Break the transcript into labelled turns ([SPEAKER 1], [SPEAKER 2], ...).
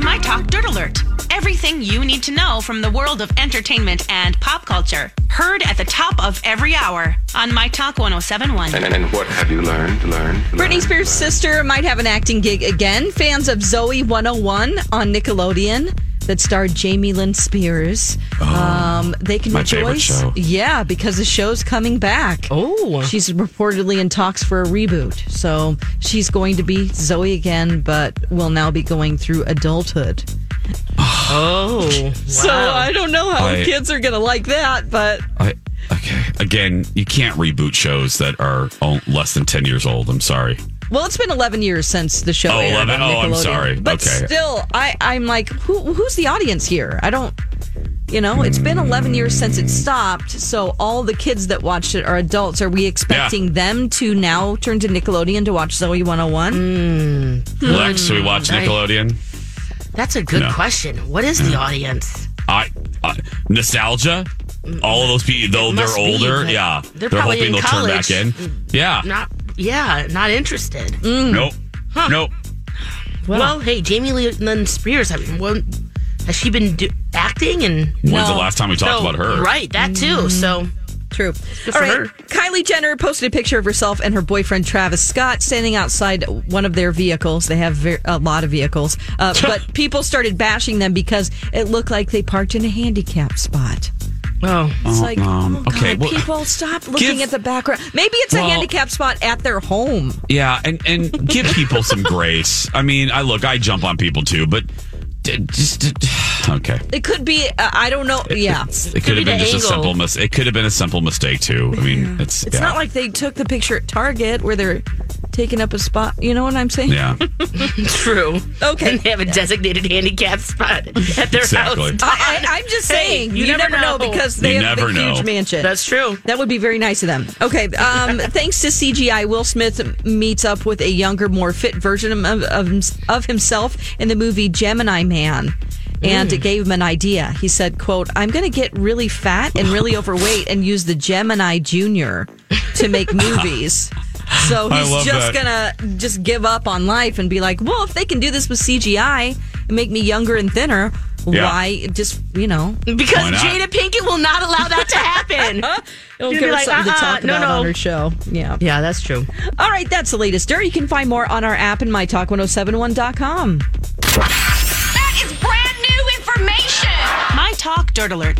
[SPEAKER 1] My Talk Dirt Alert. Everything you need to know from the world of entertainment and pop culture. Heard at the top of every hour on My Talk 1071.
[SPEAKER 2] And, and, and what have you learned? Learned?
[SPEAKER 3] Britney
[SPEAKER 2] learned,
[SPEAKER 3] Spears' sister might have an acting gig again. Fans of Zoe 101 on Nickelodeon that starred Jamie Lynn Spears. um, they can
[SPEAKER 4] Oh, my favorite
[SPEAKER 3] rejoice.
[SPEAKER 4] show.
[SPEAKER 3] Yeah, because the show's coming back.
[SPEAKER 5] Oh.
[SPEAKER 3] She's reportedly in talks for a reboot. So she's going to be Zoe again, but will now be going through adulthood.
[SPEAKER 5] Oh. Wow.
[SPEAKER 3] So I don't know how
[SPEAKER 4] I-
[SPEAKER 3] the kids are going to like that, but
[SPEAKER 4] I, okay. Again, you can't reboot shows that are oh, less than 10 years old. I'm sorry.
[SPEAKER 3] well, it's been 11 years since the show.
[SPEAKER 4] Oh,
[SPEAKER 3] aired on
[SPEAKER 4] 11? Oh, I'm
[SPEAKER 3] Nickelodeon.
[SPEAKER 4] sorry.
[SPEAKER 3] But
[SPEAKER 4] Okay.
[SPEAKER 3] still, I, I'm like, who, who's the audience here? I don't. You know, it's been 11 years since it stopped. So all the kids that watched it are adults. Are we expecting them to now turn to Nickelodeon to watch Zoe 101?
[SPEAKER 5] Mm, Hmm.
[SPEAKER 4] Lex, should we watch Nickelodeon?
[SPEAKER 5] That's a good
[SPEAKER 4] No.
[SPEAKER 5] question. What is the audience?
[SPEAKER 4] I, I nostalgia. All of those people, though they're
[SPEAKER 5] must be,
[SPEAKER 4] older,
[SPEAKER 5] but
[SPEAKER 4] yeah,
[SPEAKER 5] they're
[SPEAKER 4] they're,
[SPEAKER 5] probably
[SPEAKER 4] hoping
[SPEAKER 5] in
[SPEAKER 4] they'll turn back in.
[SPEAKER 5] college.
[SPEAKER 4] Yeah,
[SPEAKER 5] Not. Yeah, not interested.
[SPEAKER 4] nope, nope.
[SPEAKER 5] Well, hey, Jamie Lee Lynn Spears. I mean, when, has she been do- acting and?
[SPEAKER 4] When's the last time we talked
[SPEAKER 5] So,
[SPEAKER 4] about her?
[SPEAKER 5] Right, that too. So
[SPEAKER 3] True.
[SPEAKER 5] good
[SPEAKER 3] All
[SPEAKER 5] for
[SPEAKER 3] right.
[SPEAKER 5] her.
[SPEAKER 3] Kylie Jenner posted a picture of herself and her boyfriend Travis Scott standing outside one of their vehicles. They have ver- a lot of vehicles, uh, but people started bashing them because it looked like they parked in a handicap spot.
[SPEAKER 5] Oh,
[SPEAKER 3] It's like,
[SPEAKER 4] um,
[SPEAKER 3] oh
[SPEAKER 4] okay,
[SPEAKER 3] God,
[SPEAKER 4] well,
[SPEAKER 3] people stop looking
[SPEAKER 4] give-
[SPEAKER 3] at the background. Maybe it's a
[SPEAKER 4] Well-
[SPEAKER 3] handicap spot at their home.
[SPEAKER 4] Yeah, and and give people some grace. I mean, I look, I jump on people too, but d- just d- okay.
[SPEAKER 3] It could be. Uh, I don't know. Yeah.
[SPEAKER 4] It, could
[SPEAKER 5] be
[SPEAKER 4] have been
[SPEAKER 5] the
[SPEAKER 4] just a
[SPEAKER 5] angle.
[SPEAKER 4] simple mis- It could have been a simple mistake too. I mean, it's
[SPEAKER 3] It's
[SPEAKER 4] yeah.
[SPEAKER 3] not like they took the picture at Target where they're taking up a spot. You know what I'm saying?
[SPEAKER 4] yeah,
[SPEAKER 5] true.
[SPEAKER 3] Okay.
[SPEAKER 5] And they have a designated handicap spot at their
[SPEAKER 4] Exactly.
[SPEAKER 5] house.
[SPEAKER 3] I, I, I'm just
[SPEAKER 5] Hey,
[SPEAKER 3] saying. you, never, know. because they
[SPEAKER 4] You
[SPEAKER 3] have the
[SPEAKER 4] never know.
[SPEAKER 3] huge mansion.
[SPEAKER 5] That's true.
[SPEAKER 3] That would be very nice of them. Okay. Um, thanks to CGI, Will Smith meets up with a younger, more fit version of, of, of himself in the movie Gemini Man. And it
[SPEAKER 4] Mm.
[SPEAKER 3] gave him an idea. He said, quote, I'm going to get really fat and really overweight and use the Gemini Junior to make movies. So
[SPEAKER 4] I
[SPEAKER 3] he's
[SPEAKER 4] love
[SPEAKER 3] just
[SPEAKER 4] that.
[SPEAKER 3] going to just give up on life and be like, well, if they can do this with CGI and make me younger and thinner,
[SPEAKER 4] Yeah.
[SPEAKER 3] why just, you know,
[SPEAKER 4] Why
[SPEAKER 5] Because
[SPEAKER 4] not?
[SPEAKER 5] Jada Pinkett will not allow that to happen.
[SPEAKER 3] it'll
[SPEAKER 5] You'd
[SPEAKER 3] give
[SPEAKER 5] be
[SPEAKER 3] her
[SPEAKER 5] like,
[SPEAKER 3] something to
[SPEAKER 5] "Uh-uh,
[SPEAKER 3] talk
[SPEAKER 5] no,
[SPEAKER 3] about on
[SPEAKER 5] no."
[SPEAKER 3] her show. Yeah.
[SPEAKER 5] yeah, that's true.
[SPEAKER 3] All right, that's the latest dirt. You can find more on our app and mytalk1071.com.
[SPEAKER 6] That is brand new information.
[SPEAKER 1] My Talk Dirt Alert